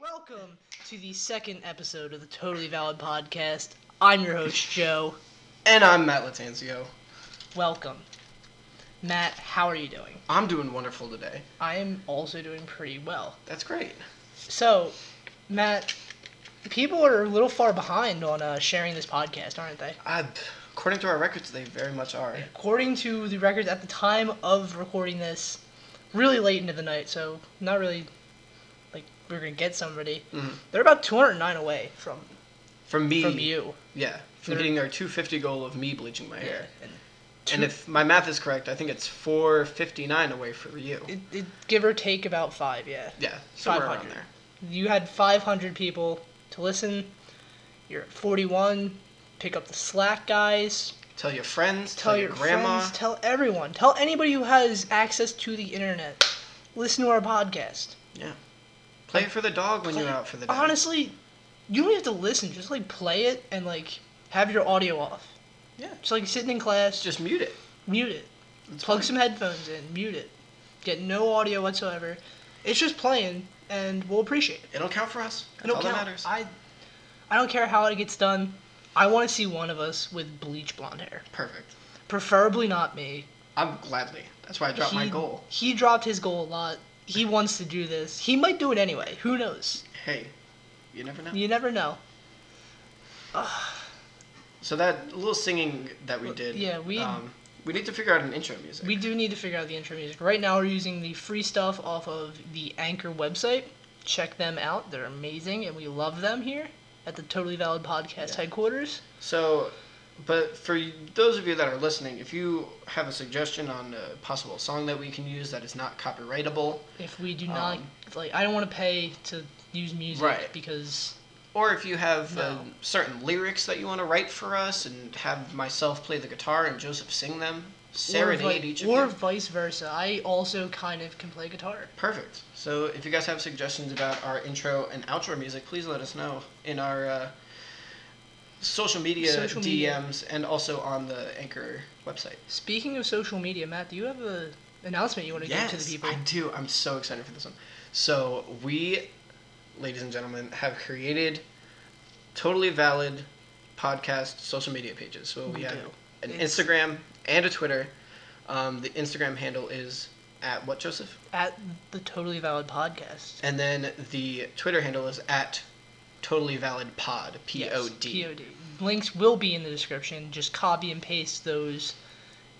Welcome to the second episode of the Totally Valid Podcast. I'm your host, Joe. And I'm Matt Latanzio. Welcome. Matt, how are you doing? I'm doing wonderful today. I am also doing pretty well. That's great. So, Matt, people are a little far behind on uh, sharing this podcast, aren't they? I, according to our records, they very much are. According to the records at the time of recording this, really late into the night, so not really like we are gonna get somebody. Mhm. They're about 209 away from From me. from you. Yeah. From They're- getting our 250 goal of me bleaching my hair. And And if my math is correct, I think it's 459 away for you. it, it, give or take about five, yeah. Yeah, somewhere around 500. there. You had 500 people to listen. You're at 41. Pick up the slack, guys. Tell your friends, Tell, your, grandma. friends. Tell everyone. Tell anybody who has access to the internet. Listen to our podcast. yeah. Play it for the dog when you're Play- out for the day. Honestly, you don't even have to listen. Just like play it and like have your audio off. Yeah. Just like sitting in class, just Just mute it. mute it. It's Plug fine. some headphones in, mute it. Get no audio whatsoever. It's just playing, and we'll appreciate it. It'll count for us. That's I don't all count. that matters. I, I don't care how it gets done. I want to see one of us with bleach blonde hair, Perfect. preferably not me. I'm gladly. That's why I dropped my goal. He dropped his goal a lot. He wants to do this. He might do it anyway. Who knows? Hey, you never know. You never know. So that little singing that we Well, did. yeah, we- Um, we need to figure out an intro music. We do need to figure out the intro music. Right now, we're using the free stuff off of the Anchor website. Check them out. They're amazing, and we love them here at the Totally Valid Podcast Yeah. headquarters. So, but for y- those of you that are listening, if you have a suggestion on a possible song that we can use that is not copyrightable, If we do not Um, like, I don't want to pay to use music Right. because or if you have uh, No. certain lyrics that you want to write for us and have myself play the guitar and Joseph sing them, serenade or, vi- each of or you. vice versa. I also kind of can play guitar. Perfect. So, if you guys have suggestions about our intro and outro music, please let us know in our uh, social media Social DMs media. and also on the Anchor website. Speaking of social media, Matt, do you have a announcement you want to give to the people? I do. I'm so excited for this one. So we, ladies and gentlemen, have created totally valid podcast social media pages. So we, We have do. an It's- Instagram and a Twitter. Um, the Instagram handle is at what Joseph, At the Totally Valid Podcast. and then the Twitter handle is at totally valid pod p Yes, o d. POD. Links will be in the description. Just copy and paste those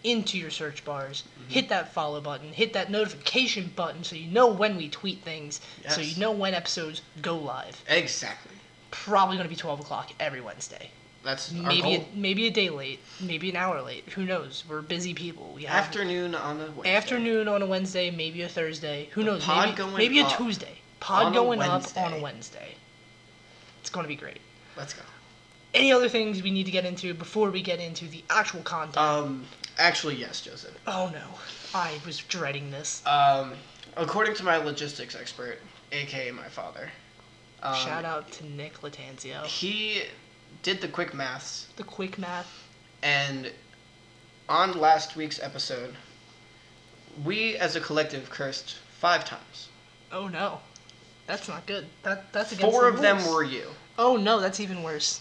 into your search bars. Mm-hmm. Hit that follow button. Hit that notification button so you know when we tweet things. So Yes. you know when episodes go live. Exactly. Probably going to be 12 o'clock every Wednesday. That's our Maybe goal. a, maybe a day late. Maybe an hour late. Who knows? We're busy people. We have Afternoon on a Wednesday. afternoon on a Wednesday, maybe a Thursday. Who knows? pod maybe going maybe a up Tuesday. Pod on a going up on a Wednesday. Wednesday. It's going to be great. Let's go. Any other things we need to get into before we get into the actual content? Um. Actually, yes, Joseph. oh no, I was dreading this. Um, according to my logistics expert, aka my father, um, Shout out to Nick Latanzio. He did the quick maths, The quick math. and on last week's episode, we as a collective cursed five times. Oh no, that's not good. That that's against Four the of them rules. were you. Oh no, that's even worse.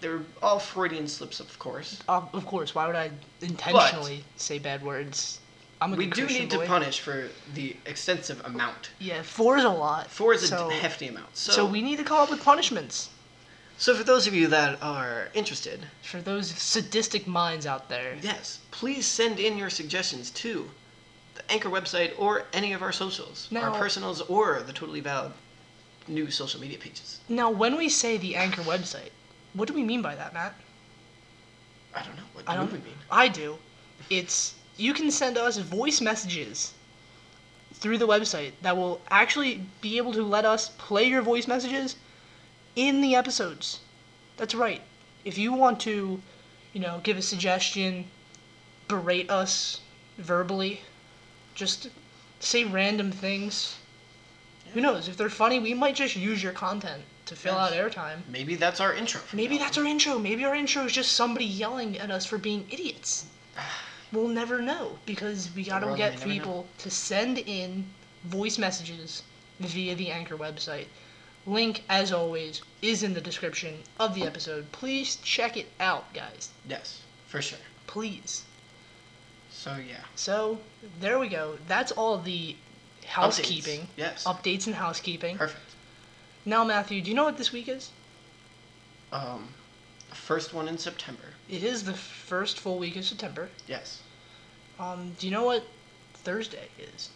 They were all Freudian slips, of course. Um, of course, why would I intentionally say bad words? I'm a We good do Christian need boy. to punish for the extensive amount. Yeah, four is a lot. Four is a so, hefty amount. So, So we need to come up with punishments so for those of you that are interested, for those sadistic minds out there. Yes, please send in your suggestions to the Anchor website or any of our socials, Now- our personals or the Totally Valid new social media pages. Now, when we say the anchor website, what do we mean by that, Matt? I don't know what I do don't. we mean. I do. It's you can send us voice messages through the website that will actually be able to let us play your voice messages in the episodes. That's right. If you want to, you know, give a suggestion, berate us verbally, just say random things. Yeah. Who knows? If they're funny, we might just use your content to fill Yes. out airtime. Maybe that's our intro. from Maybe now that's our intro. Maybe our intro is just somebody yelling at us for being idiots. We'll never know because we gotta Well, get we never know. people to send in voice messages via the Anchor website. Link, as always, is in the description of the episode. Please check it out, guys. on. Yes, for sure. Please. So yeah. So, there we go. That's all the housekeeping. Updates. Yes. Updates and housekeeping. Perfect. Now, Matthew, do you know what this week is? Um, first one in September. It is the first full week of September. Yes. Um, do you know what Thursday is?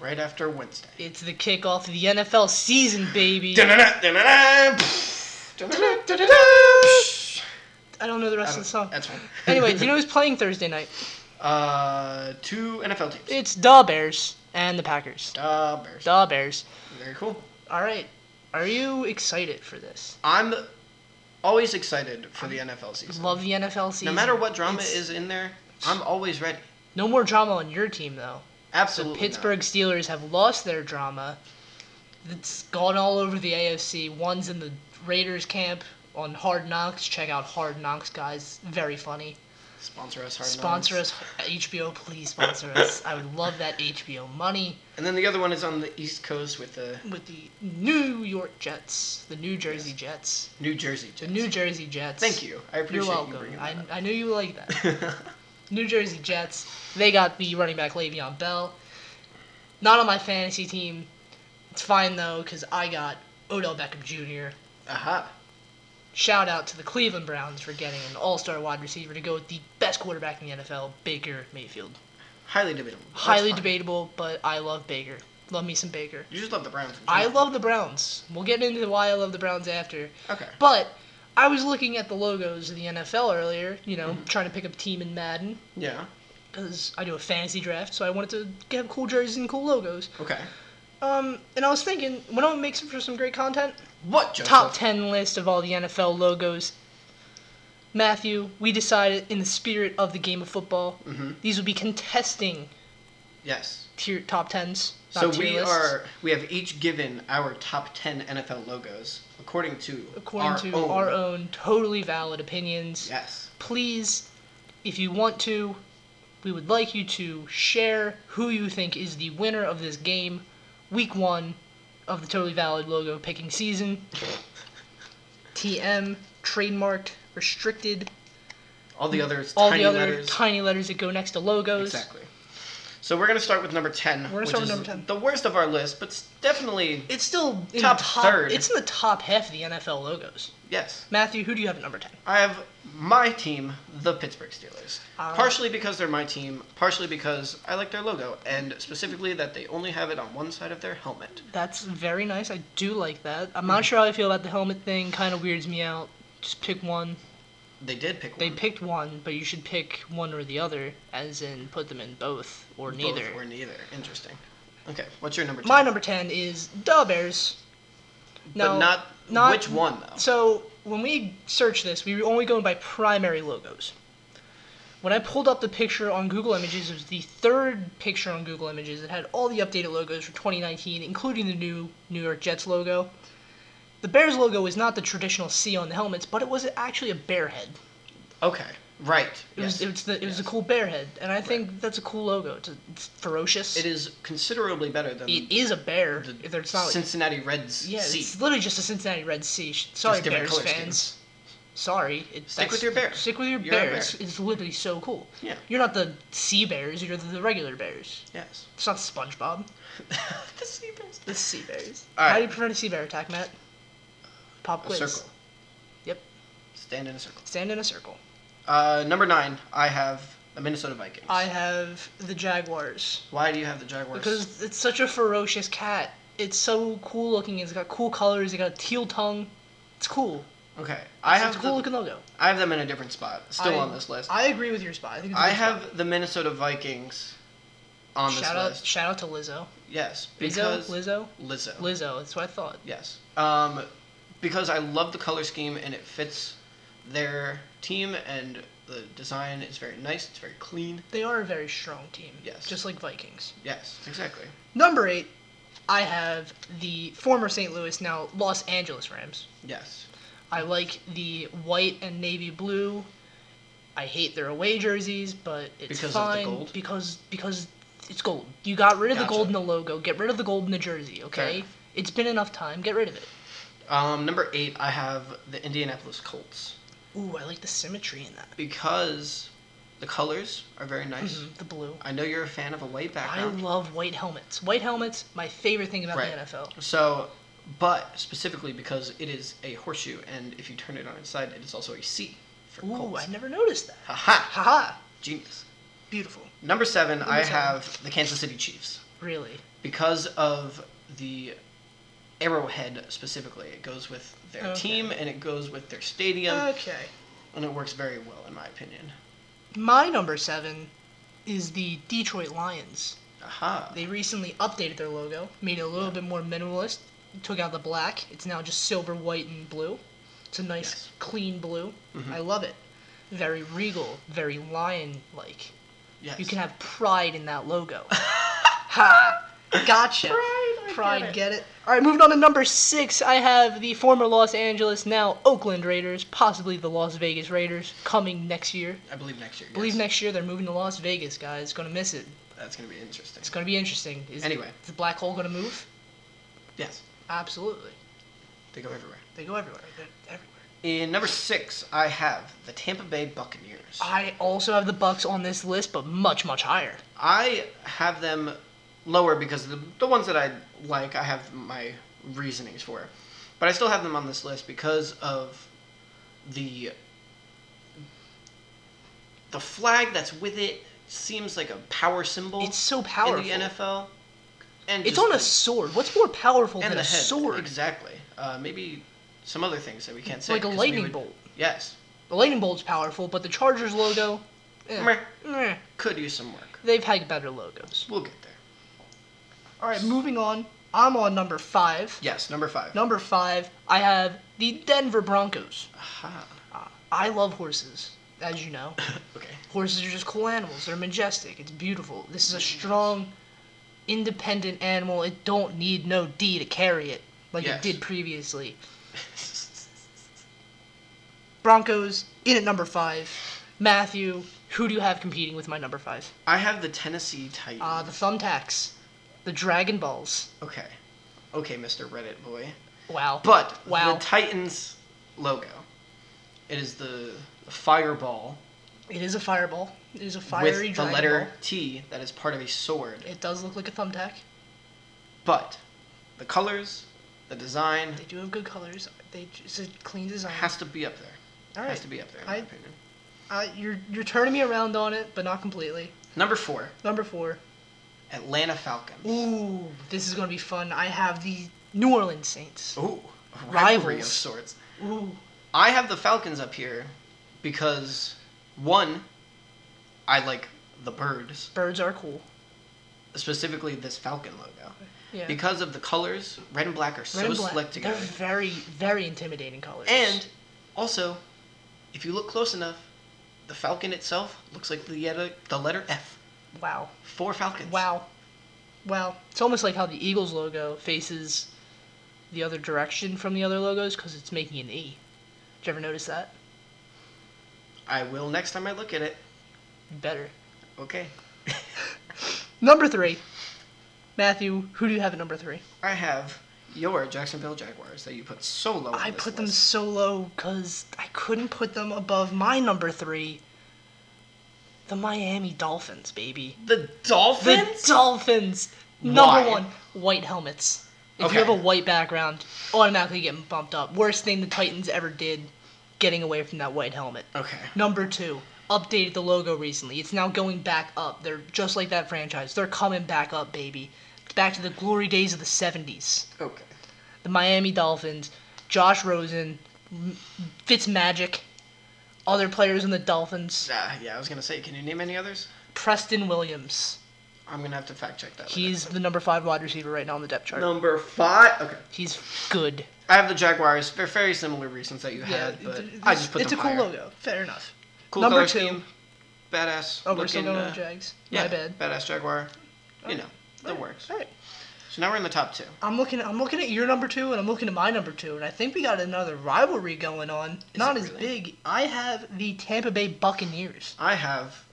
Right after Wednesday. It's the kickoff of the NFL season, baby. Da-da-da, da-da-da, pff, da-da-da, da-da-da, psh. I don't know the I rest don't- of the song. That's fine. anyway, do you know who's playing Thursday night? Uh, two NFL teams. It's the Bears and the Packers. Uh, Bears. The Bears. Very cool. All right. Are you excited for this? I'm always excited for the NFL season. Love the NFL No season. matter what drama It's- is in there, I'm always ready. No more drama on your team, though. The Absolutely. not. Pittsburgh Steelers have lost their drama. It's gone all over the AFC. One's in the Raiders camp on Hard Knocks. Check out Hard Knocks, guys. Very funny. Sponsor us hard. Sponsor Knocks. us, HBO. Please sponsor us. I would love that HBO money And then the other one is on the East Coast with the with the New York Jets, the New Jersey Jets, New Jersey the Jets. New Jersey Jets. Thank you. I You're appreciate you welcome. bringing I, that I knew you like that. up. New Jersey Jets. They got the running back Le'Veon Bell. Not on my fantasy team. It's fine though, because I got Odell Beckham Jr. Aha. Shout out to the Cleveland Browns for getting an all star wide receiver to go with the best quarterback in the NFL, Baker Mayfield. Highly debatable. That's Highly fine. debatable, but I love Baker. Love me some Baker. You just love the Browns. in I general. love the Browns. We'll get into why I love the Browns after. Okay. But I was looking at the logos of the NFL earlier, you Mm-hmm. know, trying to pick up a team in Madden Yeah. because I do a fantasy draft, so I wanted to get cool jerseys and cool logos. Okay. Um, and I was thinking, when I make some for some great content, What Joseph? top ten list of all the NFL logos. Matthew, we decided in the spirit of the game of football, Mm-hmm. these would be contesting Yes. tier top tens. Not So tier we lists. are. We have each given our top ten NFL logos according to according our to own. our own totally valid opinions. Yes. please, if you want to, we would like you to share who you think is the winner of this game, week one of the Totally Valid logo picking season. TM, trademarked, restricted, All the others. Mm. all tiny the other letters. tiny letters that go next to logos. Exactly. So we're gonna start with number ten. gonna which start with is number 10. The worst of our list, but s- definitely It's still in Top the top third. It's in the top half of the NFL logos. yes. Matthew, who do you have at number ten? I have my team, the Pittsburgh Steelers. Ah. partially because they're my team, partially because I like their logo, and specifically that they only have it on one side of their helmet. That's very nice. I do like that. I'm not sure how I feel about the helmet thing. Kind of weirds me out. Just pick one. They did pick They one. picked one, but you should pick one or the other, as in put them in both or Both neither. or neither. Interesting. Okay, what's your number? 10? My number 10 is the Bears. but No, not, not- which one though. So when we search this, we were only going by primary logos. When I pulled up the picture on Google Images, it was the third picture on Google Images. It had all the updated logos for 2019, including the new New York Jets logo. The Bears logo is not the traditional C on the helmets, but it was actually a bear head. Okay, right. It yes. was, it was the it was a Yes. cool bear head, and I think that's a cool logo. It's, it's ferocious. It is considerably better than It is a bear. the E, if it's not like, Cincinnati Reds. yeah, C. it's literally just a Cincinnati Red Sea. Sh- Sorry, Just different Bears color fans. schemes. Sorry. It, Stick that's- with your bear. Stick with your You're a bear. bear. It's, it's literally so cool. Yeah. You're not the sea bears. You're the, the regular bears. Yes. It's not SpongeBob. the sea bears. The sea bears. All right. How do you prevent a sea bear attack, Matt? Pop A quiz. circle. Yep. Stand in a circle. Stand in a circle. Uh, number nine, I have the Minnesota Vikings. I have the Jaguars. Why do you have the Jaguars? Because it's such a ferocious cat. It's so cool looking. It's got cool colors. It got a teal tongue. It's cool. okay, I It's have a cool the, looking logo. I have them in a different spot. Still I- on this list. I, I agree with your spot. I think it's a good have spot. the Minnesota Vikings on shout this out list. shout out to Lizzo. Yes, Lizzo, because Lizzo, Lizzo. Lizzo. That's what I thought. Yes, um, because I love the color scheme and it fits their team and the design is very nice. It's very clean. They are a very strong team. Yes. Just like Vikings. Yes, exactly. Number eight, I have the former St. Louis, now Los Angeles Rams. Yes. I like the white and navy blue. I hate their away jerseys, but it's Because of the fine gold? because because it's gold. You got rid of the Gotcha. gold in the logo. Get rid of the gold in the jersey. Okay, enough. it's been enough time. Get rid of it. Um, number eight, I have the Indianapolis Colts Ooh, I like the symmetry in that. because the colors are very nice. Mhm, The blue. I know you're a fan of a white I background. love white helmets. White helmets, my favorite thing about Right. the NFL. so, but specifically because it is a horseshoe, and if you turn it on its side, it is also a C for Ooh, Colts. I never noticed that. Haha! Haha, Genius. beautiful. Number seven, I seven. have the Kansas City Chiefs Really. because of the arrowhead specifically. It goes with their Okay. Uh, team and it goes with their stadium, Okay. and it works very well in my opinion. My number seven is the Detroit Lions. Aha! They recently updated their logo, made it a little bit more minimalist, took out the black. It's now just silver, white, and blue. It's a nice, Yes. clean blue. I love it. Very regal, very lion like. Yes. You can have pride in that logo. ha! Gotcha. Pride, I Pride, get it. get it. All right, moving on to number six. I have the former Los Angeles, now Oakland Raiders, possibly the Las Vegas Raiders, coming next year. I believe next year. believe yes. next year they're moving to Las Vegas, guys. Gonna miss it. That's gonna be interesting. It's gonna be interesting. Is Anyway. is the black hole gonna move? Yes. Absolutely. They go everywhere. They go everywhere. They're everywhere. In number six, I have the Tampa Bay Buccaneers. I also have the Bucks on this list, but much, much higher. I have them lower because the, the ones that I like, I have my reasonings for. But I still have them on this list because of the the flag that's with it seems like a power symbol. It's so powerful. in the NFL. And It's just on a the- sword. What's more powerful and than the a head. sword? Exactly. Uh, maybe some other things that we can't say. Like a 'cause we lightning would- bolt. Yes. The lightning bolt's powerful, but the Chargers logo, eh, Meh. meh. Could use some work. they've had better logos. We'll get there. All right, moving on. I'm on number five. Yes, number five. Number five, I have the Denver Broncos. Aha. I love horses, as you know. Okay. Horses are just cool animals. They're majestic. It's beautiful. This is a strong, independent animal. It don't need no D to carry it like Yes. it did previously. Broncos in at number five. Matthew, who do you have competing with my number five? I have the Tennessee Titans. Uh, the thumbtacks, the Dragon Balls. okay. Okay, Mr. Reddit boy. Wow. But wow, the Titans logo. It is the fireball it is a fireball. It is a fiery with the dragon letter ball. T that is part of a sword. It does look like a thumbtack. But the colors, the design They do have good colors. They it's a clean design. has to be up there. All Has right. to be up there in my I- opinion. Uh, you're you're turning me around on it, but not completely. Number four, Number four. Atlanta Falcons. Ooh, this is gonna be fun. I have the New Orleans Saints. Ooh, a rivalry of Rivals. sorts. Ooh, I have the Falcons up here because one, I like the birds, birds are cool. specifically this Falcon logo. Yeah. Because of the colors, red and black are Red so and black, slick together. They're very, very intimidating colors. And also, if you look close enough, the Falcon itself looks like the letter, the letter F. wow, Four Falcons. wow, wow. It's almost like how the Eagles logo faces the other direction from the other logos because it's making an E. Did you ever notice that? I will next time I look at it. Better. Okay. Number three. Matthew, who do you have at number three? I have your Jacksonville Jaguars that you put so low. on I this put them list. so low because I couldn't put them above my number three. The Miami Dolphins, baby. The The Dolphins. Dolphins. Number Why? one, white helmets. If Okay. you have a white background, automatically getting bumped up. Worst thing the Titans ever did, getting away from that white helmet. okay. Number two, updated the logo recently. It's now going back up. They're just like that franchise. They're coming back up, baby. Back to the glory days of the 70s Okay. the Miami Dolphins, Josh Rosen, M- Fitzmagic, other players in the Dolphins, Uh, yeah, I was gonna say, can you name any others? Preston Williams. I'm gonna have to fact check that. He's the number five wide receiver right now on the depth chart. later. number five. Okay. He's good. I have the Jaguars for very similar reasons that you had, but I just put it's them a cool higher. logo. Fair enough. Cool color Number two. scheme. Badass. Oh, we're still looking, going uh, with Jags. Yeah, My bad. Oh. Badass Jaguar. You know, that works. All right. So now we're in the top two. I'm looking. I'm looking at your number two, and I'm looking at my number two, and I think we got another rivalry going on. Not it as really? big. I have the Tampa Bay Buccaneers. I have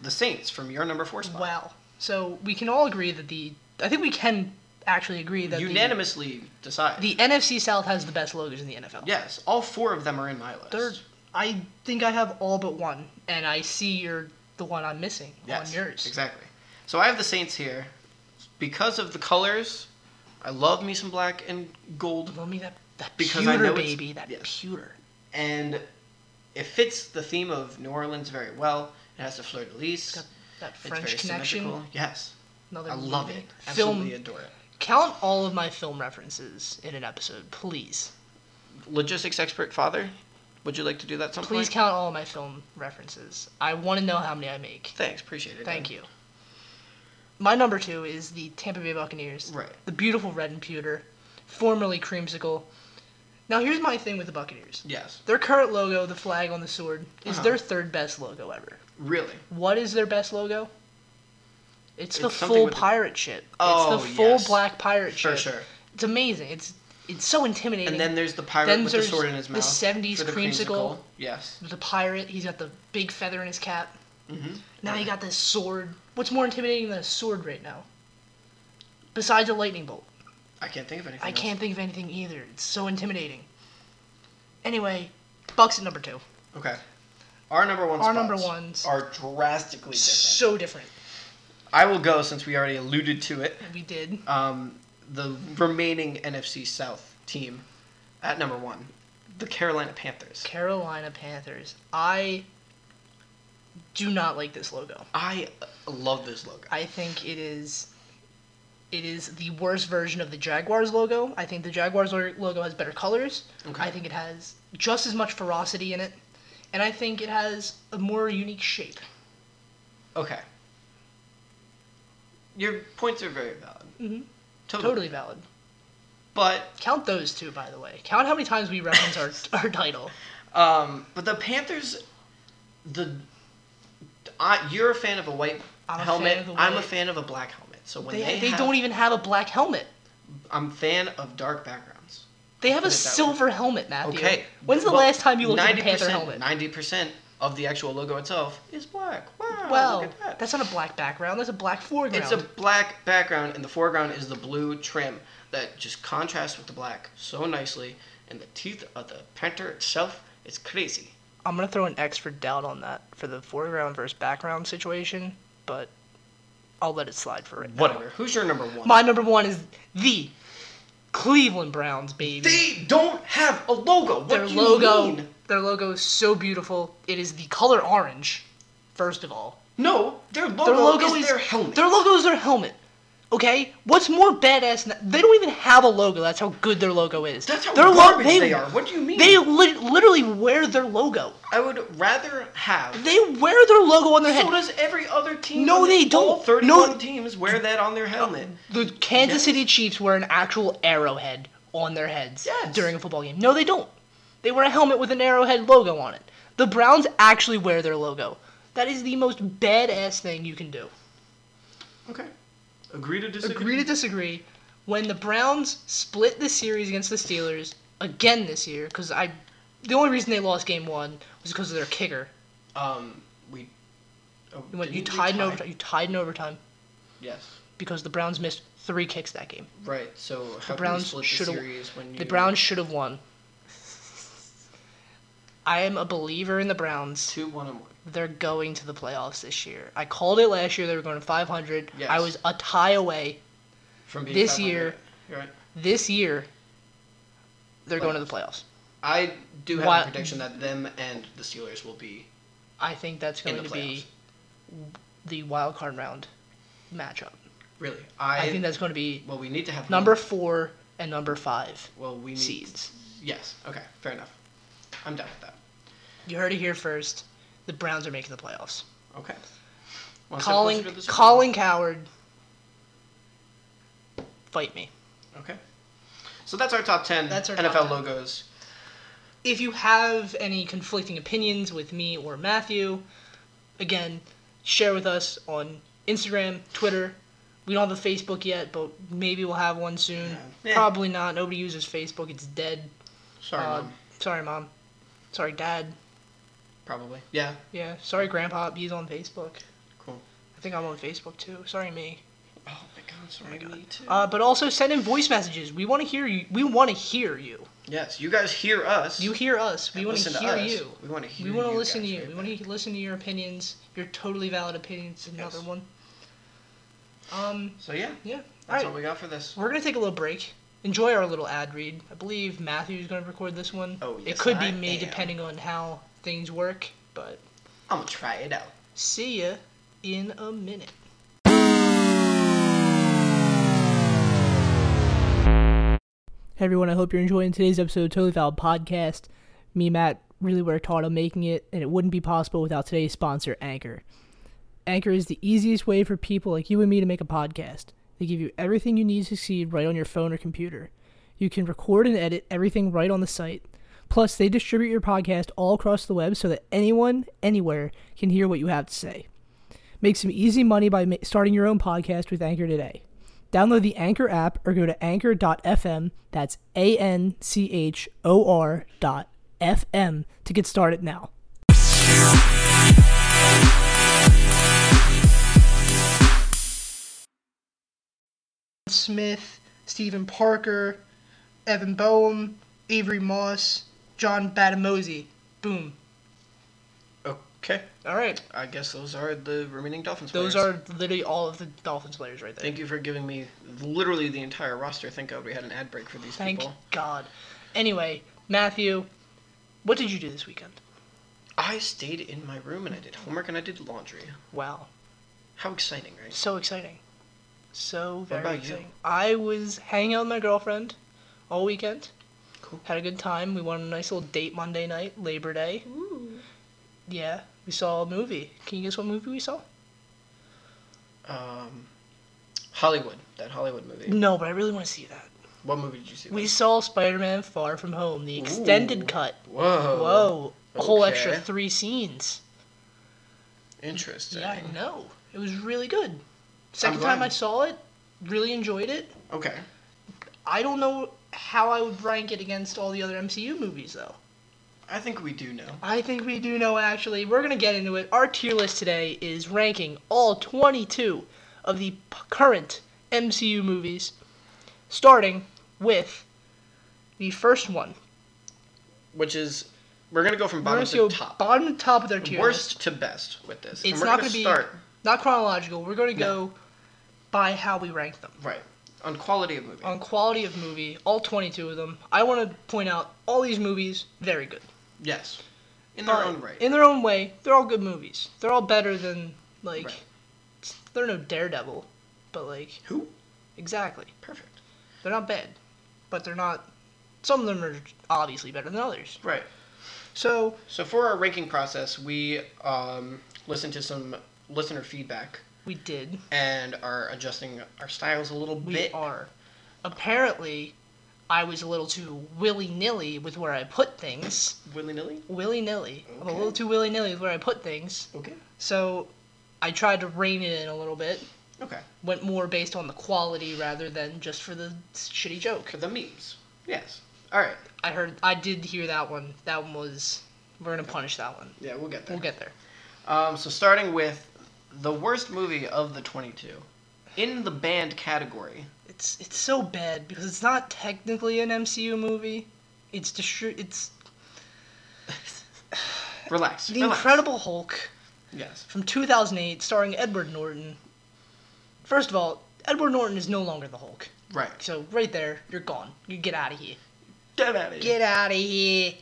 the Saints from your number four spot. Wow. So we can all agree that the. I think we can actually agree that the- Unanimously decide. The, NFC South has the best logos in the NFL. yes, all four of them are in my list. They're- I think I have all but one, and I see you're the one I'm missing yes, on yours. Exactly. So I have the Saints here because of the colors. I love me some black and gold, Love me that that Because I pewter know it's- baby, that yes. pewter. and it fits the theme of New Orleans very well. It has the fleur de lis. Got that It's French very connection. symmetrical. Yes, Another I love movie. it. Film. Absolutely adore it. Count all of my film references in an episode, please. Logistics expert father, would you like to do that sometime? Please count all of my film references. I want to know how many I make. Thanks, appreciate it. Thank you. My number two is the Tampa Bay Buccaneers. Right. The beautiful red and pewter, formerly creamsicle. Now here's my thing with the Buccaneers. Yes, Their current logo, the flag on the sword, is Uh-huh. their third best logo ever. really. What is their best logo? It's the It's something full with the- pirate ship. Oh, it's the full yes. black pirate For ship. sure. It's amazing. It's it's so intimidating. And then there's the pirate Then with the there's sword in his the mouth. 70s for the creamsicle. Yes. the pirate, he's got the big feather in his cap. hmm Now you got this sword. What's more intimidating than a sword right now? Besides a lightning bolt. I can't think of anything. I else. can't think of anything either. It's so intimidating. Anyway, Bucks at number two. Okay. Our number one. spots Our number ones. are drastically different. So different. I will go since we already alluded to it. We did. Um, the remaining NFC South team at number one, the Carolina Panthers. Carolina Panthers. I do not like this logo. I love this logo. I think it is it is the worst version of the Jaguars logo. I think the Jaguars lo- logo has better colors. Okay. I think it has just as much ferocity in it, and I think it has a more unique shape. Okay. Your points are very valid. Mhm. Totally. Totally valid. But Count those two, by the way. Count how many times we reference our our title. um, but the Panthers, the I, you're a fan of a white I'm a helmet. fan of the I'm a white- fan of a black helmet. So when They, they, they, have- don't e even have a black helmet. I'm fan of dark backgrounds. They have Put a it that way. silver helmet, Matthew. Okay. When's the Well, last time you looked at a 90% Panther helmet? Ninety percent of the actual logo itself is black. Wow. Well, look at that. that's not a black background. That's a black foreground. it's a black background, and the foreground is the blue trim that just contrasts with the black so nicely. And the teeth of the Panther itself is crazy. I'm gonna throw an X for doubt on that for the foreground versus background situation, but I'll let it slide for right now. Whatever. Who's your number one? My number one is the Cleveland Browns, baby. They don't have a logo. What their do you logo, mean? their logo is so beautiful. It is the color orange, first of all. No, their logo, Their logo is, their helmet. Their logo is their helmet. Okay, what's more badass? Than They don't even have a logo. That's how good their logo is. That's how their lo- garbage they are. What do you mean? They li- literally wear their logo. I would rather have. They wear their logo on their head. so does every other team. No, on they all don't. Thirty-one No. teams wear that on their helmet. The Kansas Yes. City Chiefs wear an actual arrowhead on their heads Yes. during a football game. No, they don't. They wear a helmet with an arrowhead logo on it. The Browns actually wear their logo. That is the most badass thing you can do. Okay. Agree to disagree. Agree to disagree. When the Browns split the series against the Steelers again this year, because I, the only reason they lost game one was because of their kicker. um, we. Oh, You went- didn't you we tied in tie? overtime. You tied in overtime Yes. because the Browns missed three kicks that game. Right. So how can you Browns split the shoulda- series when you? The Browns should have won. I am a believer in the Browns. two one and one. They're going to the playoffs this year. I called it last year. They were going to 500. Yes. I was a tie away. From being This 500. year- You're right. This year, they're going to the playoffs. I do have Why- a prediction that them and the Steelers will be I think that's in going the to playoffs. be the wild card round matchup. Really, I, I, think that's going to be Well, we need to have number four and number five Well, we need seeds. Yes. Okay. Fair enough. I'm done with that. You heard it here first. The Browns are making the playoffs. Okay. One step Colin, closer to the Super Bowl. Colin Coward, fight me. Okay. So that's our top ten That's our top NFL 10. logos. If you have any conflicting opinions with me or Matthew, again, share with us on Instagram, Twitter. We don't have a Facebook yet, but maybe we'll have one soon. Yeah. Probably not. Nobody uses Facebook. It's dead. Sorry, Uh, mom. Sorry, mom. Sorry, dad. Probably. Yeah. Yeah. Sorry, grandpa. He's on Facebook. Cool. I think I'm on Facebook too. Sorry, me. Oh my god. Sorry, me too. Uh, but also send in voice messages. We want to hear you. We want to hear you. yes, you guys hear us. You hear us. We and want listen hear us. you. We want to hear. We want to you listen to guys you. right We want back. to listen to your opinions. Your totally valid opinions. is Another Yes. one. Um. So yeah, that's Yeah. All all right. we got for this. We're gonna take a little break. Enjoy our little ad read. I believe Matthew's gonna record this one. Oh, It yes, could be I me, am. depending on how things work. But I'm gonna try it out. see ya in a minute. Hey everyone, I hope you're enjoying today's episode of Totally Valid Podcast. Me and Matt really worked hard on making it, and it wouldn't be possible without today's sponsor, Anchor. Anchor is the easiest way for people like you and me to make a podcast. They give you everything you need to succeed right on your phone or computer. You can record and edit everything right on the site. Plus, they distribute your podcast all across the web so that anyone, anywhere, can hear what you have to say. Make some easy money by ma- starting your own podcast with Anchor today. Download the Anchor app or go to anchor.fm, that's A N C H O R dot FM, to get started now. Smith, Stephen Parker, Evan Boehm, Avery Moss, John Batamozzi. Boom. Okay. All right. I guess those are the remaining Dolphins. Those players. are literally all of the Dolphins players right there. Thank you for giving me literally the entire roster. Thank God we had an ad break for these Thank people. God. Anyway, Matthew, what did you do this weekend? I stayed in my room and I did homework and I did laundry. Wow. How exciting, right? So exciting. So very about you? exciting. I was hanging out with my girlfriend all weekend. Cool. Had a good time. We went on a nice little date Monday night, Labor Day. Yeah, we saw a movie. Can you guess what movie we saw? Um, Hollywood, that Hollywood movie. No, but I really want to see that. What movie did you see? We saw Spider-Man Far From Home, the extended Ooh. cut. Whoa. Whoa, a whole extra Okay. three scenes. Interesting. Yeah, I know. It was really good. 2nd glad. time I saw it, really enjoyed it. Okay. I don't know how I would rank it against all the other MCU movies, though. I think we do know. I think we do know, actually. We're going to get into it. Our tier list today is ranking all 22 of the p- current MCU movies, starting with the first one. Which is, we're gonna go from We're bottom going to to go top, bottom to top of their tier list. worst to best with this. and It's we're not gonna going to be start not chronological. We're going to No. go by how we rank them. right on quality of movie. on quality of movie, all 22 of them. I want to point out all these movies very good. yes, in their But own right. In their own way, they're all good movies. They're all better than like Right. they're no Daredevil, but like Who? exactly. Perfect. They're not bad, but they're not some of them are obviously better than others. Right. So, So for our ranking process, we um, listened to some listener feedback we did. and are adjusting our styles a little We bit. are apparently I was a little too willy-nilly with where I put things. Willy nilly. Willy-nilly. I'm a Okay. little too willy-nilly with where I put things. Okay. So I tried to rein it in a little bit. Okay. Went more based on the quality rather than just for the shitty joke. For the memes. Yes. All right. I heard, I did hear that one. That one was, we're gonna punish that one. Yeah, we'll get there. We'll get there. Um, so starting with the worst movie of the 22 in the band category. It's it's so bad because it's not technically an MCU movie. It's distri- It's Relax. the relax. Incredible Hulk Yes. from 2008, starring Edward Norton. First of all, Edward Norton is no longer the Hulk. Right. So right there, you're gone. You get out of here. Get out of here. get out of here.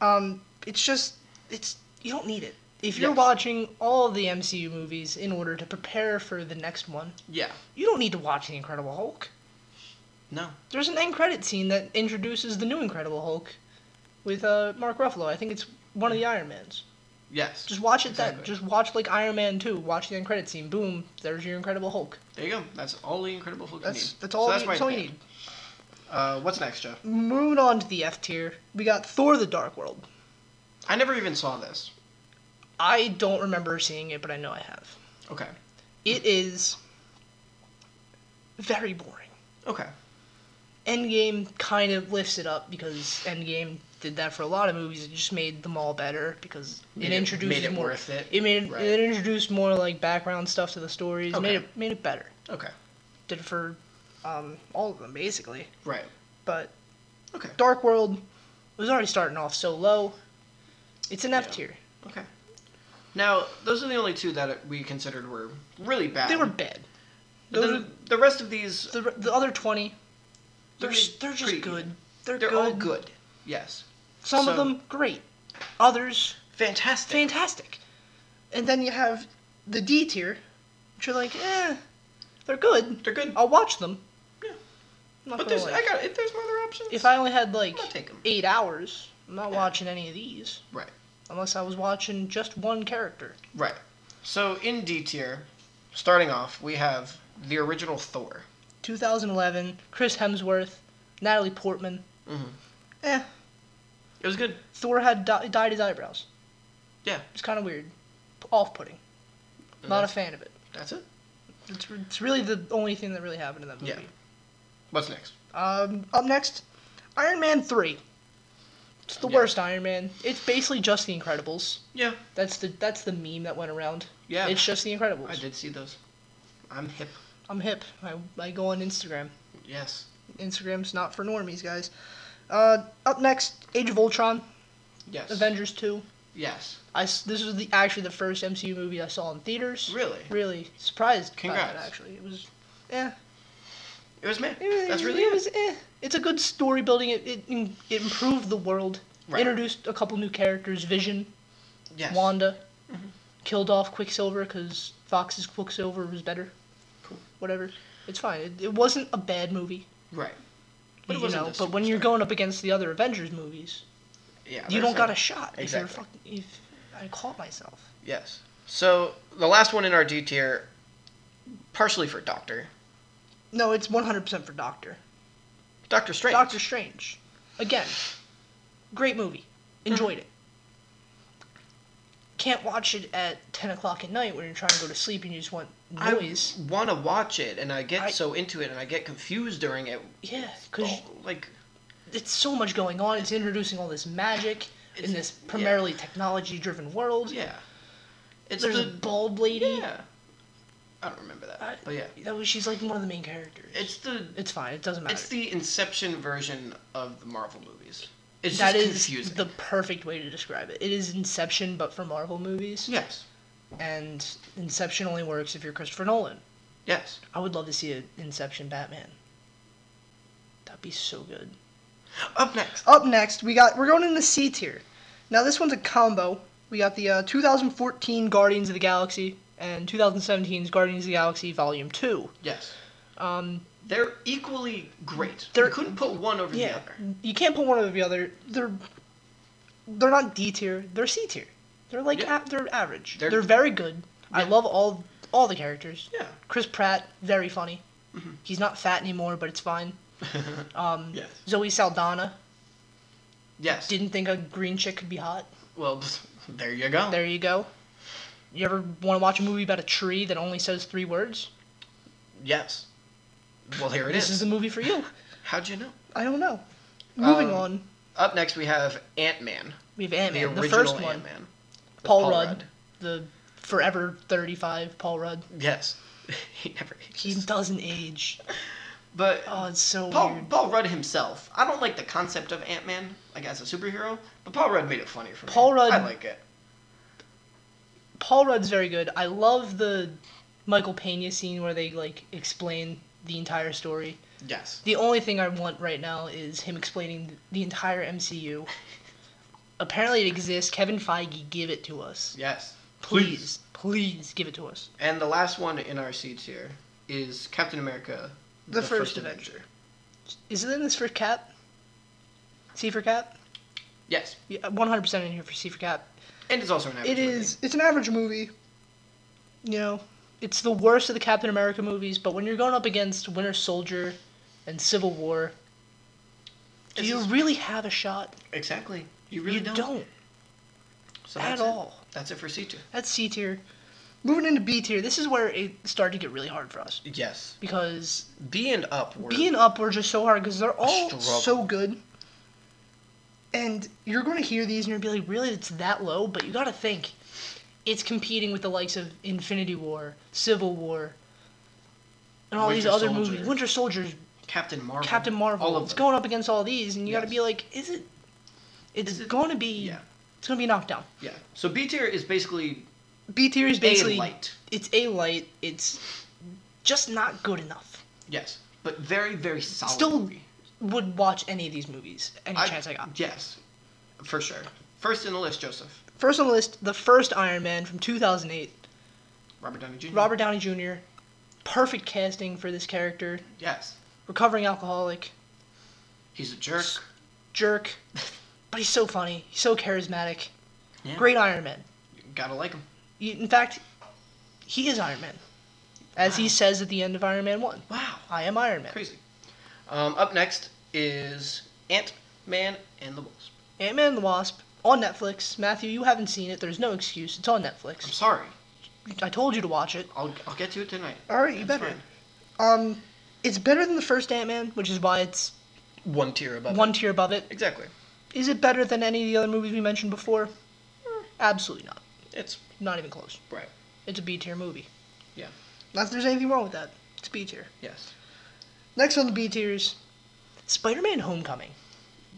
Um, it's just it's you don't need it. If you're Yes. watching all the MCU movies in order to prepare for the next one, Yeah. you don't need to watch the Incredible Hulk. No. There's an end credit scene that introduces the new Incredible Hulk with uh, Mark Ruffalo. I think it's one of the Iron Mans. Yes. Just watch it Exactly. then. Just watch like Iron Man 2. Watch the end credit scene. Boom. There's your Incredible Hulk. There you go. That's all the Incredible Hulk you That's need. that's So all. that's you, my that's all you band. need. Uh, what's next, Joe? Moving on to the F tier, we got Thor: The Dark World. I never even saw this. I don't remember seeing it, but I know I have. Okay. It is very boring. Okay. Endgame kind of lifts it up because Endgame did that for a lot of movies. It just made them all better because Made it, it- introduced made it more. worth it. made Right. it introduced more like background stuff to the stories. Okay. Made it made it better. Okay. Did it for um, all of them basically. Right. But Okay. Dark World was already starting off so low. It's an F Yeah. tier. Okay. Now, those are the only two that we considered were really bad. They were bad. But Those then the rest of these, The, the other twenty, they're They're s- they're just pretty good. even. They're, they're good. all good. Yes. Some of So- them great, others Fantastic. fantastic. And then you have the D tier, which are like, eh, they're good. they're good. I'll watch them. Yeah. I'm not But gonna there's, I like- got, if there's other options. if I only had like I'll take 'em. eight hours, I'm not Yeah. watching any of these Right. unless I was watching just one character. Right. So in D tier, starting off, we have the original Thor. 2011, Chris Hemsworth, Natalie Portman. Mhm. Eh, It was good. Thor had di- dyed his eyebrows. Yeah. It's kind of weird, P- off-putting. Not a fan of it. That's it. It's, re- it's really the only thing that really happened in that movie. Yeah. What's next? Um, up next, Iron Man 3. It's the Yeah. worst Iron Man. It's basically just The Incredibles. Yeah. That's the that's the meme that went around. Yeah. It's just The Incredibles. I did see those. I'm hip. I'm hip. I, I go on Instagram. Yes. Instagram's not for normies, guys. Uh, up next, Age of Ultron, Yes. Avengers 2. Yes. I, s- this was the actually the first MCU movie I saw in theaters. Really? Really surprised. by that, Congrats. actually, it was. Yeah, It was me. It was- That's really it it. was. Eh. It's a good story building. It it, it improved the world. Right. Introduced a couple new characters: Vision, yes. Wanda. Killed off Quicksilver because Fox's Quicksilver was better. Cool. Whatever. It's fine. It, it wasn't a bad movie. Right. you know, the but when you're superstar. going up against the other Avengers movies, yeah, you there's don't no- got a shot. Exactly. If you're fucking, if I caught myself. Yes. So the last one in our D tier, partially for Doctor, No, it's 100% for Doctor. Doctor Strange. Doctor Strange. Again, great movie. Enjoyed it. Can't watch it at 10 o'clock at night when you're trying to go to sleep and you just want I noise. want to watch it, and I get I- so into it, and I get confused during it. Yeah, 'cause yeah, because Oh, like it's so much going on. It's introducing all this magic in It's- this yeah. primarily technology driven world. yeah, it's There's a the bald lady. yeah. I don't remember that, I- but yeah, That was, she's like one of the main characters. it's the It's fine. It doesn't matter. it's the Inception version of the Marvel movies. It's that just is confusing. the perfect way to describe it. It is Inception, but for Marvel movies. yes, And Inception only works if you're Christopher Nolan. yes. I would love to see an Inception Batman. That'd be so good. Up next, Up next, we got we're going in the C tier. Now this one's a combo. We got the uh, 2014 Guardians of the Galaxy and 2017's Guardians of the Galaxy Volume Two. yes, Um, they're equally great. They're- you couldn't put one over the yeah, other. you can't put one over the other. They're they're not D tier. They're C tier. They're like Yeah. a, they're average. They're, They're- very good. I Yeah. love all all the characters. Yeah. Chris Pratt, very funny. He's not fat anymore, but it's fine. Um, Yes. Zoe Saldana, Yes. didn't think a green chick could be hot. well, there you go. There you go. You ever want to watch a movie about a tree that only says three words? Yes. Well, here it This is is. the movie for you. How'd you know? I don't know. Moving Um, on, Up next, we have Ant Man, we have the Ant-Man, original the, first one, Ant Man. Paul, Rudd, the forever 35 Paul Rudd. Yes, he never. He doesn't age. But Oh, it's so Paul weird. Paul Rudd himself. I don't like the concept of Ant Man, like as a superhero. But Paul Rudd made it funny for me. Paul Rudd- I like it. Paul Rudd's very good. I love the Michael Pena scene where they like explain the entire story. Yes. The only thing I want right now is him explaining the entire MCU. Apparently it exists. Kevin Feige, give it to us. Yes. Please, please give it to us. And the last one in our seats here is Captain America: The First Avenger. Is it in this for Cap? C for Cap? Yes, Yeah, 100% in here for C for Cap. and it's also an average It movie. is. It's an average movie. You know, it's the worst of the Captain America movies, but when you're going up against Winter Soldier and Civil War, do This you is- really have a shot? exactly. You really you don't. So at that's it. all. That's it for C two. That's C tier. Moving into B tier, this is where it started to get really hard for us Yes. because B and up were. B and up were just so hard because they're all struggle. so good. And you're going to hear these and you're going to be like, really, it's that low? But you got to think. It's competing with the likes of Infinity War, Civil War, and all these Winter other Soldier. movies. Winter Soldiers, Captain Marvel. Captain Marvel. All of it's them. going up against all these, and you got to Yes. be like, is it? It's going to be. Yeah. It's going to be knocked down. Yeah. So B tier is basically B tier is basically A light. it's a light. It's just not good enough. Yes, but very very solid. Still movie. Would watch any of these movies any chance I got. Yes, for sure. First in the list, Joseph First on the list, the first Iron Man from 2008. Robert Downey Jr. Robert Downey Jr. Perfect casting for this character. Yes, Recovering alcoholic, he's a jerk. jerk, but he's so funny. He's so charismatic. Yeah. Great Iron Man. Gotta like him. He- In fact, he is Iron Man. As he Wow. says at the end of Iron Man 1, Wow. I am Iron Man. Crazy. Um, up next is Ant Man and the Wasp. Ant Man and the Wasp on Netflix. Matthew, you haven't seen it. There's no excuse. It's on Netflix. I'm sorry. I told you to watch it. I'll, I'll get to it tonight. All right, you That's better. Um, it's better than the first Ant Man, which is why it's fine. One tier above. one it. tier above it. Exactly. Is it better than any of the other movies we mentioned before? Eh, Absolutely not. It's Not even close. right. It's a B tier movie. Yeah. Not that there's anything wrong with that. It's B tier. Yes. Next on the B tiers, Spider-Man: Homecoming.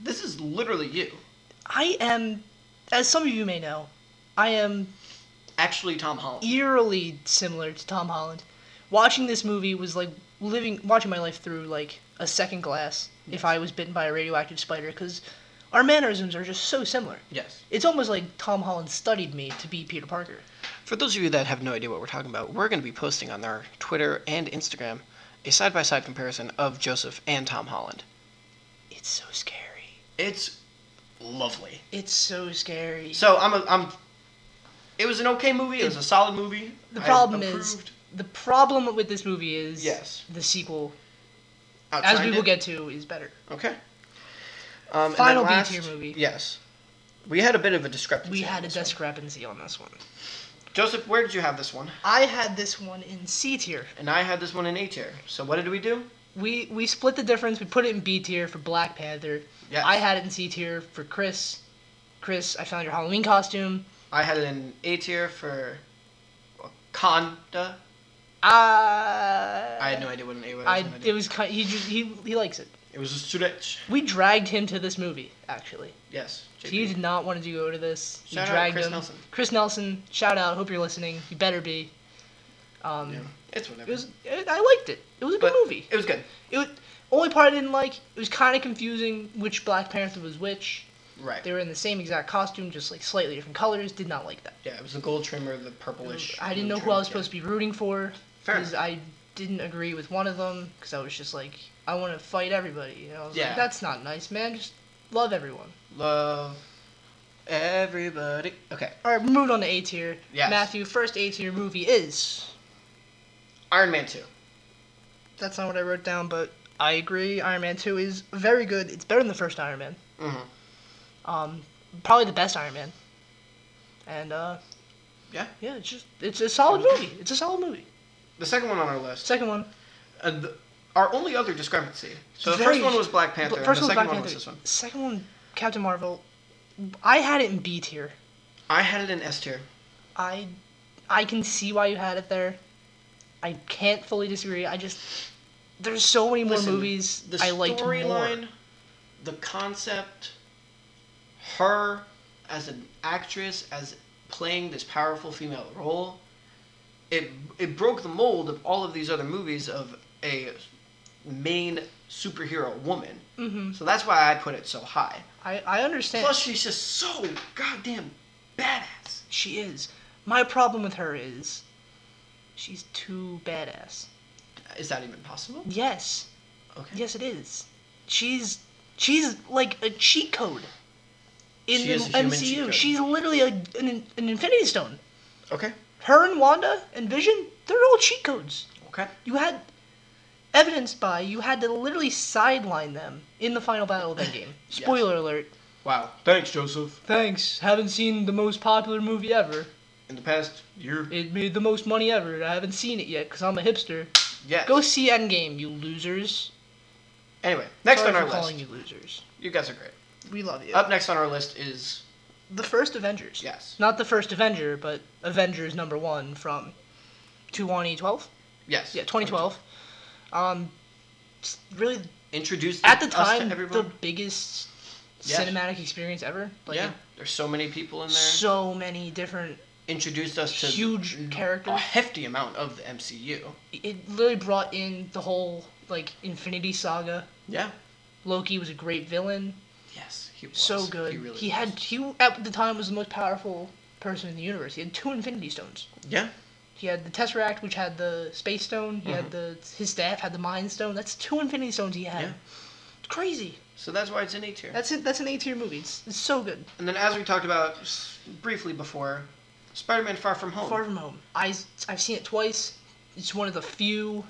This is literally you. I am, as some of you may know, I am Actually, Tom Holland. eerily similar to Tom Holland. Watching this movie was like living, watching my life through like a second glass. If I was bitten by a radioactive spider, because our mannerisms are just so similar. Yes. It's almost like Tom Holland studied me to be Peter Parker. For those of you that have no idea what we're talking about, we're going to be posting on our Twitter and Instagram a side by side comparison of Joseph and Tom Holland. It's so scary. It's lovely. It's so scary. So I'm a, I'm. It was an okay movie. It was a solid movie. the I problem is approved. the problem with this movie is Yes. the sequel, as Outshined we will it. get to, is better. Okay. Um, and then Final last- B-tier movie. Yes. We had a bit of a discrepancy. We on had a this one. discrepancy on this one. Joseph, where did you have this one? I had this one in C tier. And I had this one in A tier. So what did we do? We we split the difference. We put it in B tier for Black Panther. Yes. I had it in C tier for Chris. Chris, I found your Halloween costume. I had it in A tier for Wakanda. Uh, I I had no idea what an A was. I and I it didn't. was kind. He just, he he likes it. It was a stretch. We dragged him to this movie actually. Yes. JP. He did not want to go to this. We Shout out dragged Chris him. Nelson. Chris Nelson, shout out. Hope you're listening. You better be. Um, Yeah. It's whatever. it was. It, I liked it. It was a good But movie. It was good. It was, only part I didn't like. It was kind of confusing which Black Panther was which. Right. They were in the same exact costume, just like slightly different colors. Did not like that. yeah, it was the gold trim or the purplish. I didn't know who I was supposed to be rooting for Fair because enough. I didn't agree with one of them because I was just like, I want to fight everybody. You know, I was Yeah. like, that's not nice, man. Just love everyone. Love everybody. Okay. All right, we moved on to A tier. Yes. Matthew, first A tier movie is. Iron Man 2. That's not what I wrote down, but I agree. Iron Man Two is very good. It's better than the first Iron Man. Mm-hmm. Um, probably the best Iron Man. And uh, Yeah. yeah, it's just it's a solid movie. It's a solid movie. The second one on our list. Second one. Uh, the, our only other discrepancy. So the Very- first one was Black Panther, Bl- and the was second Black one was Panther. this one. Second one, Captain Marvel. I had it in B tier. I had it in S tier. I, I can see why you had it there. I can't fully disagree. I just there's so many more Listen, movies The I liked more. storyline, the concept, her as an actress as playing this powerful female role, it it broke the mold of all of these other movies of a main superhero woman. hmm So that's why I put it so high. I I understand. Plus, she's just so goddamn badass. she is. My problem with her is, she's too badass. Is that even possible? Yes, Okay. Yes, it is. She's she's like a cheat code in She the is a human cheat MCU. code. She's literally a, an, an Infinity Stone. Okay. Her and Wanda and Vision, they're all cheat codes. Okay. You had evidenced by you had to literally sideline them in the final battle of Endgame. Yes. Spoiler alert. Wow. Thanks, Joseph. Thanks. Haven't seen the most popular movie ever. in the past year. It made the most money ever. and I haven't seen it yet because I'm a hipster. Yes. Go see Endgame, you losers. Anyway, next Sorry on our for list. calling you losers. You guys are great. We love you. Up next on our list is the first Avengers. yes, Not the first Avenger, but Avengers number one from 2012. yes. Yeah, 2012. Um, s- really Introduced at the us to time the everyone. biggest Yes. cinematic experience ever. Like yeah, there's so many people in there. so many different. Introduced us to huge a characters. hefty amount of the MCU. It literally brought in the whole like Infinity Saga. Yeah. Loki was a great villain. Yes, he was. so good. He, He, really had was. he at the time was the most powerful person in the universe. He had two Infinity Stones. Yeah. He had the Tesseract, which had the Space Stone. He had the his staff had the Mind Stone. That's two Infinity Stones he had. Mm-hmm. Yeah. It's crazy. So that's why it's in A tier. That's it. That's an A tier movie. It's, it's so good. And then, as we talked about s- briefly before, Spider-Man: Far From Home. Far from home. I I've seen it twice. It's one of the few.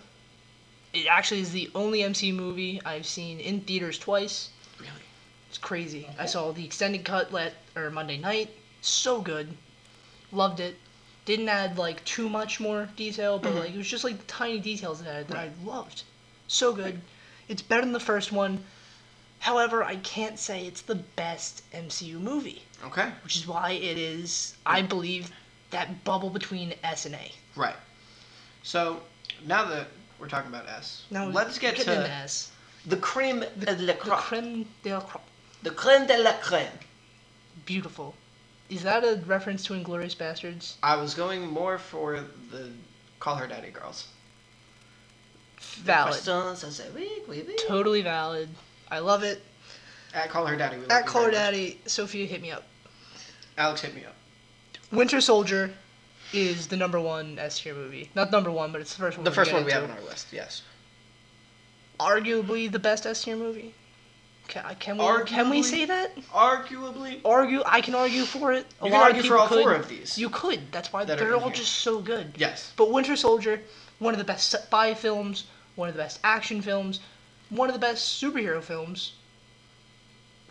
It actually is the only MC movie I've seen in theaters twice. really? It's crazy. I saw the extended cut let or Monday night. So good. Loved it. Didn't add like too much more detail, but like it was just like tiny details that I, that I loved. So good. It's better than the first one. However, I can't say it's the best MCU movie, Okay. which is why it is I believe that bubble between S and A. Right. So now that we're talking about S, Now let's we're get getting into to S. the creme de la The creme. creme de la creme. The creme de la creme. Beautiful. Is that a reference to Inglorious Bastards? I was going more for the call her daddy girls. Valid. Crystals, I say, wee, wee, wee. Totally valid. I love it. At call her daddy. We love At you Call Her very much. Daddy, Sophia hit me up. Alex hit me up. Winter Soldier is the number one S tier movie. Not number one, but it's the first one. The we're first gonna one we get have on into. our list. Yes. Arguably the best S tier movie. Can, can we can we Arguably. say that? Arguably. Argue, I can argue for it. A You lot can argue of for people all could. four of these. You could. That's why That are they're in all here. just so good. Yes. But Winter Soldier, one of the best spy films, one of the best action films, one of the best superhero films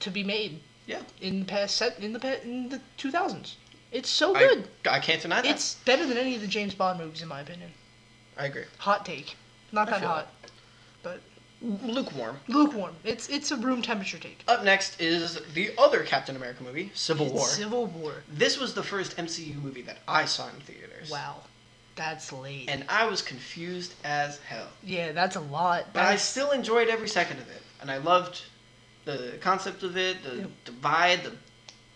to be made Yeah. in the past set in the pa- in the 2000s. It's so I- good. I, can't deny that. It's better than any of the James Bond movies, in my opinion. I agree. Hot take, not I that feel hot, but Lukewarm. lukewarm. It's it's a room temperature take. Up next is the other Captain America movie, Civil It's War. Civil War. this was the first MCU movie that I saw in theaters. Wow, that's late. And I was confused as hell. yeah, that's a lot. But I That's- still enjoyed every second of it. And I loved the concept of it, the Yeah. divide, the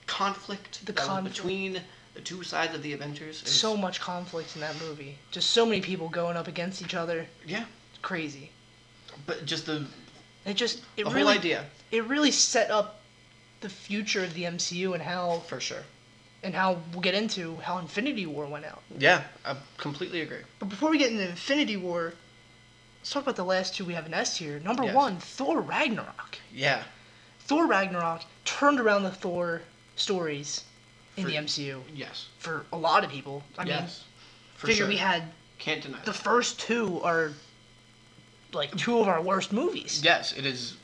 conflict, The that was conflict. between the two sides of the Avengers. It was- so much conflict in that movie. Just so many people going up against each other. Yeah. It's crazy. But just the, It just it the really whole idea. it really set up the future of the MCU and how For sure. and how we'll get into how Infinity War went out. Yeah, I completely agree. But before we get into Infinity War, let's talk about the last two we have in S tier. Number Yes. one, Thor Ragnarok. Yeah. Thor Ragnarok turned around the Thor stories in For- the MCU Yes. for a lot of people. I mean, yes. For figure sure. we had Can't deny the that. first two are like two of our worst movies. Yes, it is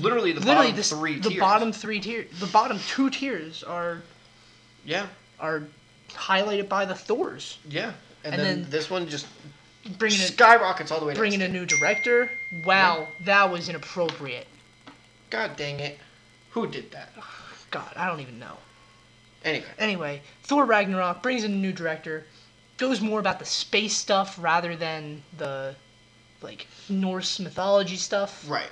literally the Literally, bottom this, three the tiers. bottom three tier, the bottom two tiers are Yeah, are highlighted by the Thors. yeah. And, And then, then- this one just Bringing it, skyrockets all the way to bringing a new director. Wow, that was inappropriate. God dang it. Who did that? God, I don't even know. Anyway. Anyway, Thor Ragnarok brings in a new director, goes more about the space stuff rather than the like Norse mythology stuff. Right.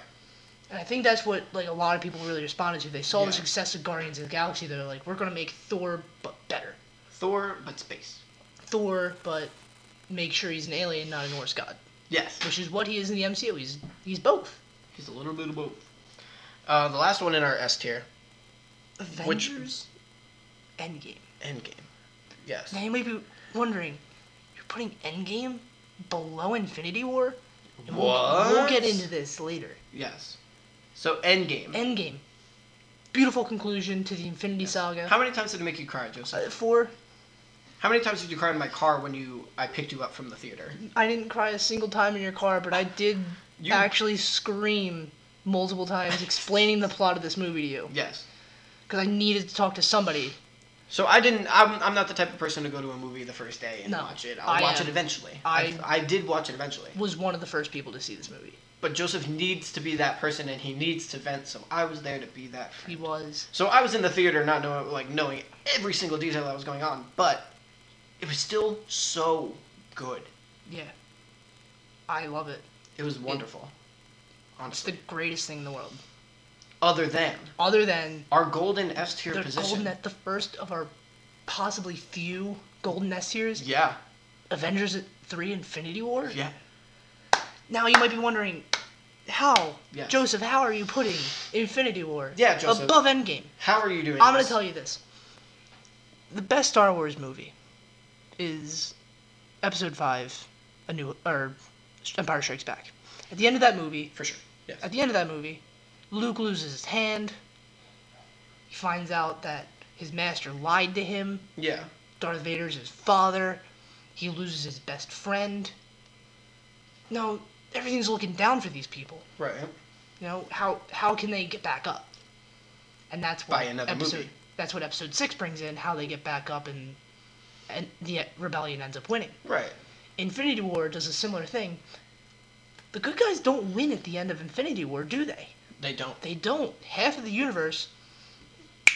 And I think that's what like a lot of people really responded to. They saw Yeah. the success of Guardians of the Galaxy. They're like, we're gonna make Thor but better. Thor, but space. Thor, but make sure he's an alien, not a Norse god, Yes. which is what he is in the MCU. He's he's both. He's a little bit of both. Uh, the last one in our S tier, Which- Avengers Endgame. Endgame. Yes. Now you may be wondering, you're putting Endgame below Infinity War? And we'll- We'll What? get into this later. Yes. So Endgame. Endgame. Beautiful conclusion to the Infinity Saga. How many times did it make you cry, Uh, Joseph? four. How many times did you cry in my car when you I picked you up from the theater? I didn't cry a single time in your car, but I did You- actually scream multiple times explaining the plot of this movie to you Yes. because I needed to talk to somebody. So I didn't. I'm, I'm not the type of person to go to a movie the first day and No, watch it. I'll I watch am. it eventually. I- I I did watch it eventually. Was one of the first people to see this movie. But Joseph needs to be that person, and he needs to vent. So I was there to be that. friend. He was. So I was in the theater, not knowing like knowing every single detail that was going on, but it was still so good. Yeah. I love it. It was wonderful. It's the Honestly, greatest thing in the world. other than Other than our golden S tier the position. golden at the first of our possibly few golden S tiers. yeah, Avengers 3 Infinity War? yeah. Now you might be wondering, how? Yes. Joseph, how are you putting Infinity War Yeah, Joseph. above Endgame? How are you doing? I'm going this? to tell you this. The best Star Wars movie is Episode 5, A New or Empire Strikes Back. At the end of that movie, for sure. Yes. at the end of that movie, Luke loses his hand. He finds out that his master lied to him. Yeah. Darth Vader's his father. He loses his best friend. Now everything's looking down for these people. Right. You know how how can they get back up? And that's what By another episode. movie. That's what episode six brings in how they get back up and and the rebellion ends up winning. Right. Infinity War does a similar thing. The good guys don't win at the end of Infinity War, do they? They don't. They don't. Half of the universe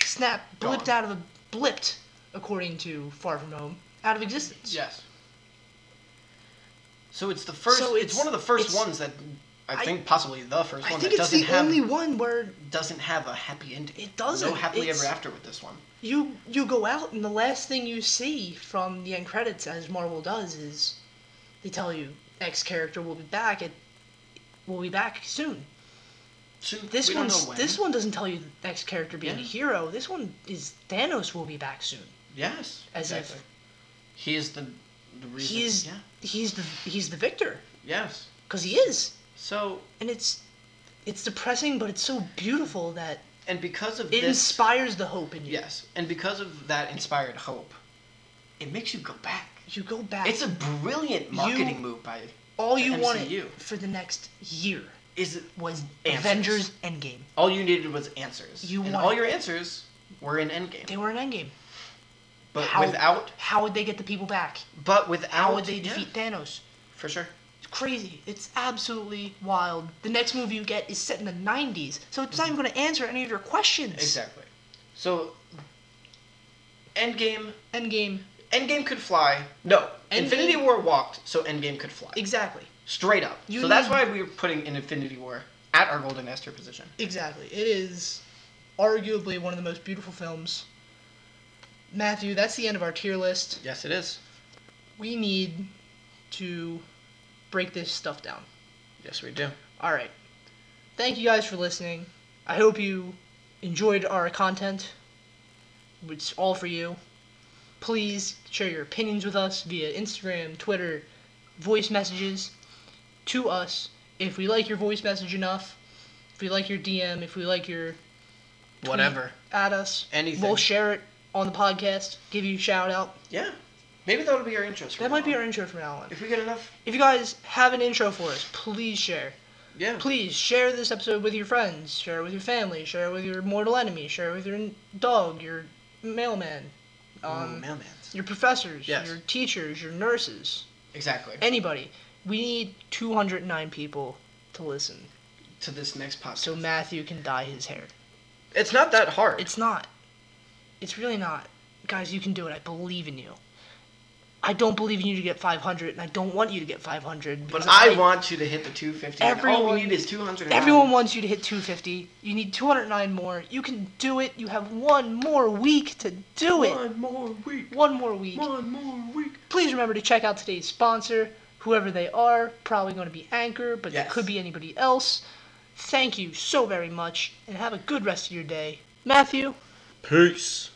snap blipped Gone. out of a blipped, according to Far From Home, out of existence. Yes. So it's the first. So it's, it's- one of the first it's- ones that I I- think possibly the first I one think that it's doesn't the have only one where doesn't have a happy ending. It doesn't. No happily It's- ever after with this one. you you go out and the last thing you see from the end credits, as Marvel does, is they tell you X character will be back. It will be back soon. So This we don't one know when. this one doesn't tell you X character being a Yeah. hero. This one is Thanos will be back soon. Yes. As if- he is the the reason. He's yeah. he's the he's the victor Yes. because he is. So and it's it's depressing but it's so beautiful that and because of it this inspires the hope in you yes, and because of that inspired hope, it makes you go back. you go back It's a brilliant marketing move by all the you wanted MCU. for the next year is it was Answers. avengers endgame all you needed was answers. You and want- all your answers were in Endgame. they were in endgame but how- without how would they get the people back but without how would they yeah, defeat thanos for sure. it's crazy it's absolutely wild the next movie you get is set in the 90s so it's not even going to answer any of your questions Mm-hmm. Exactly. So Endgame endgame Endgame could fly. No. Endgame- Infinity War walked, so Endgame could fly. exactly Straight up. You so that's need- why we're putting an Infinity War at our Golden Esther position. Exactly. It is arguably one of the most beautiful films. Matthew, that's the end of our tier list. Yes, it is. We need to break this stuff down. Yes, we do. All right. Thank you guys for listening. I hope you enjoyed our content. It's all for you. Please share your opinions with us via Instagram, Twitter, voice messages to us. If we like your voice message enough, if we like your DM, if we like your Whatever. at us. Anything. We'll share it on the podcast, give you a shout out. Yeah. Maybe that'll be our interest. That might be our intro from now on. If we get enough. If you guys have an intro for us, please share. Yeah. Please share this episode with your friends, share it with your family, share it with your mortal enemy, share it with your n- dog, your mailman, um, Oh, mailmans. your professors, Yes. your teachers, your nurses, Exactly. anybody. We need 209 people to listen to this next podcast. so Matthew can dye his hair. it's not that hard. It's not. It's really not. Guys, you can do it. I believe in you. I don't believe in you to get 500, and I don't want you to get 500. but because I want you to hit the 250. and all Everyone- we need is 200. Everyone wants you to hit 250. You need 209 more. You can do it. You have one more week to do it. One more week. One more week. One more week. Please remember to check out today's sponsor, whoever they are. Probably going to be Anchor, but it Yes. could be anybody else. Thank you so very much, and have a good rest of your day. Matthew. Peace.